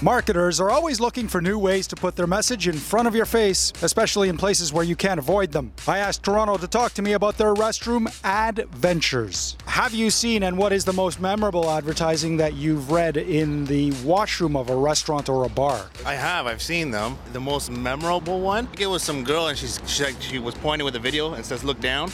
Marketers are always looking for new ways to put their message in front of your face, especially in places where you can't avoid them. I asked Toronto to talk to me about their restroom adventures. Have you seen and what is the most memorable advertising that you've read in the washroom of a restaurant or a bar? I have. I've seen them. The most memorable one, I think it was some girl, and she's she like she was pointing with a video and says, "Look down."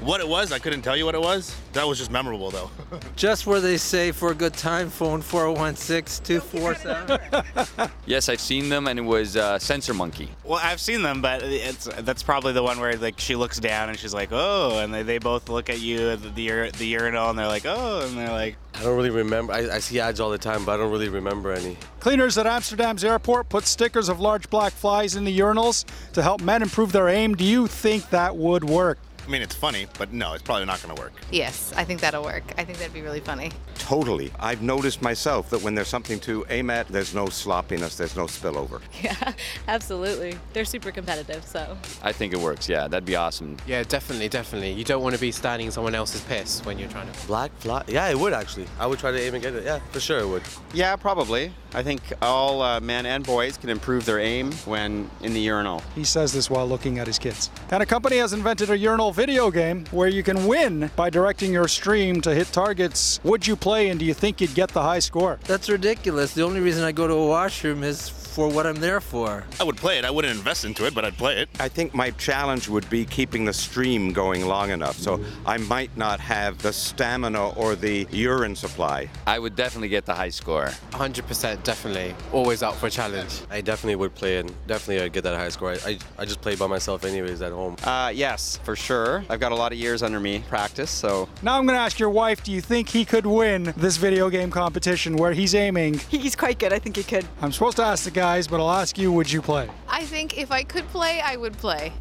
What it was, I couldn't tell you what it was. That was just memorable though. Just where they say for a good time, phone 416 247. Yes, I've seen them, and it was uh, Sensor Monkey. Well, I've seen them, but it's that's probably the one where like she looks down and she's like, "Oh," and they, they both look at you at the, the ur- the urinal and they're like, "Oh," and they're like, I don't really remember. I, I see ads all the time, but I don't really remember any. Cleaners at Amsterdam's airport put stickers of large black flies in the urinals to help men improve their aim. Do you think that would work? I mean, it's funny, but no, it's probably not going to work. Yes, I think that'll work. I think that'd be really funny. Totally. I've noticed myself that when there's something to aim at, there's no sloppiness, there's no spillover. Yeah, absolutely. They're super competitive, so. I think it works. Yeah, that'd be awesome. Yeah, definitely, definitely. You don't want to be standing in someone else's piss when you're trying to. Black fly? Yeah, it would actually. I would try to aim and get it. Yeah, for sure it would. Yeah, probably. I think all uh, men and boys can improve their aim when in the urinal. He says this while looking at his kids. And a company has invented a urinal video game where you can win by directing your stream to hit targets. Would you play and do you think you'd get the high score? That's ridiculous. The only reason I go to a washroom is for what I'm there for. I would play it. I wouldn't invest into it, but I'd play it. I think my challenge would be keeping the stream going long enough. So I might not have the stamina or the urine supply. I would definitely get the high score. 100% definitely. Always up for a challenge. I definitely would play and definitely I'd get that high score. I, I, I just play by myself anyways at home. Uh, yes, for sure. I've got a lot of years under me practice, so Now I'm going to ask your wife do you think he could win this video game competition where he's aiming? He's quite good. I think he could. I'm supposed to ask the guys, but I'll ask you would you play? I think if I could play, I would play.